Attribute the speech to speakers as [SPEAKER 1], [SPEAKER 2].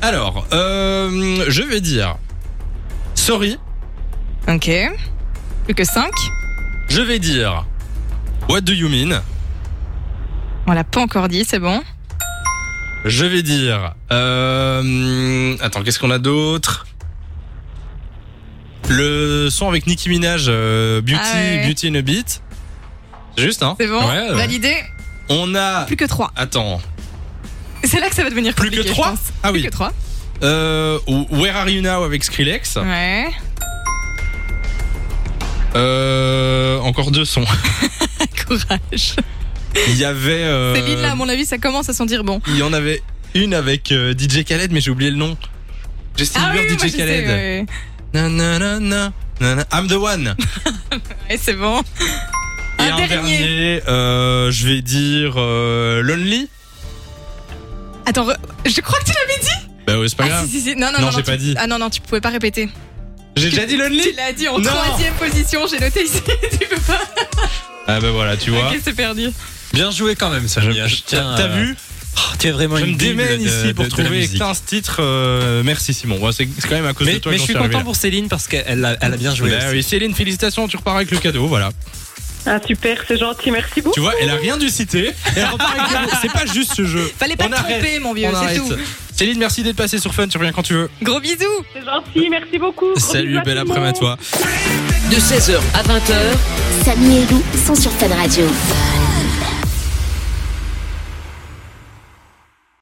[SPEAKER 1] Alors, euh, je vais dire. Sorry.
[SPEAKER 2] Ok. Plus que 5.
[SPEAKER 1] Je vais dire. What do you mean
[SPEAKER 2] On l'a pas encore dit, c'est bon.
[SPEAKER 1] Je vais dire. euh, attends, qu'est-ce qu'on a d'autre Le son avec Nicki Minaj, euh, Beauty,
[SPEAKER 2] Ah ouais.
[SPEAKER 1] Beauty in a Beat. C'est Juste, hein
[SPEAKER 2] C'est bon
[SPEAKER 1] Ouais, ouais.
[SPEAKER 2] Validé
[SPEAKER 1] On a.
[SPEAKER 2] Plus que 3.
[SPEAKER 1] Attends.
[SPEAKER 2] C'est là que ça va devenir
[SPEAKER 1] Plus que
[SPEAKER 2] compliqué, je
[SPEAKER 1] trois
[SPEAKER 2] pense.
[SPEAKER 1] Ah
[SPEAKER 2] Plus
[SPEAKER 1] oui.
[SPEAKER 2] que 3.
[SPEAKER 1] Euh, Where Are You Now avec Skrillex.
[SPEAKER 2] Ouais.
[SPEAKER 1] Euh, encore deux sons.
[SPEAKER 2] Courage.
[SPEAKER 1] Il y avait. euh,
[SPEAKER 2] Céline, là, à mon avis, ça commence à sentir bon.
[SPEAKER 1] Il y en avait une avec euh, DJ Khaled, mais j'ai oublié le nom. Justin
[SPEAKER 2] Ah oui,
[SPEAKER 1] Bieber,
[SPEAKER 2] oui, moi,
[SPEAKER 1] DJ
[SPEAKER 2] je
[SPEAKER 1] Khaled.
[SPEAKER 2] sais, ouais,
[SPEAKER 1] Nanana, nanana, I'm the one.
[SPEAKER 2] ouais. Ouais, c'est bon.
[SPEAKER 1] Et
[SPEAKER 2] Un
[SPEAKER 1] un dernier, euh, je vais dire euh, Lonely.
[SPEAKER 2] Attends, re- je crois que tu l'avais dit.
[SPEAKER 1] Bah ouais, c'est pas
[SPEAKER 2] Ah
[SPEAKER 1] grave.
[SPEAKER 2] si si si. Non non
[SPEAKER 1] Non,
[SPEAKER 2] non.
[SPEAKER 1] j'ai
[SPEAKER 2] tu-
[SPEAKER 1] pas dit.
[SPEAKER 2] Ah non non, tu pouvais pas répéter.
[SPEAKER 1] J'ai déjà dit
[SPEAKER 2] Tu
[SPEAKER 1] Lonely.
[SPEAKER 2] l'as dit en
[SPEAKER 1] Non.
[SPEAKER 2] troisième position. J'ai noté ici. tu peux pas.
[SPEAKER 1] Ah bah voilà, tu vois.
[SPEAKER 2] Ok, c'est perdu.
[SPEAKER 3] Bien joué quand même, ça.
[SPEAKER 1] T'as t'as vu
[SPEAKER 3] Tu es oh, vraiment
[SPEAKER 1] Je
[SPEAKER 3] une
[SPEAKER 1] me démène
[SPEAKER 3] bible euh, de-
[SPEAKER 1] ici pour
[SPEAKER 3] de- de la
[SPEAKER 1] trouver
[SPEAKER 3] musique.
[SPEAKER 1] 15 titres. euh, merci Simon. Ouais, c'est c'est quand même à cause de
[SPEAKER 3] Mais,
[SPEAKER 1] toi
[SPEAKER 3] mais
[SPEAKER 1] que j'en
[SPEAKER 3] je suis
[SPEAKER 1] suis arrivé
[SPEAKER 3] content
[SPEAKER 1] là.
[SPEAKER 3] pour Céline parce qu'elle a, elle a bien joué.
[SPEAKER 1] Bah oui, Céline, félicitations, tu repars avec le cadeau, voilà.
[SPEAKER 4] Ah super, c'est gentil, merci beaucoup.
[SPEAKER 1] Tu vois, elle a rien dû citer. Elle repart avec le cadeau. C'est pas juste ce jeu.
[SPEAKER 2] Fallait pas
[SPEAKER 1] On
[SPEAKER 2] te
[SPEAKER 1] arrête.
[SPEAKER 2] tromper mon vieux,
[SPEAKER 1] On
[SPEAKER 2] c'est
[SPEAKER 1] arrête.
[SPEAKER 2] tout.
[SPEAKER 1] Céline, merci d'être passé sur Fun, tu reviens quand tu veux.
[SPEAKER 2] Gros bisous.
[SPEAKER 4] C'est gentil, merci beaucoup. Gros bisous
[SPEAKER 1] Salut,
[SPEAKER 4] à
[SPEAKER 1] bel
[SPEAKER 4] tout le
[SPEAKER 1] après-midi à
[SPEAKER 4] monde.
[SPEAKER 1] toi.
[SPEAKER 5] De 16h à 20h,
[SPEAKER 6] Samy et Lou sont sur Fan Radio.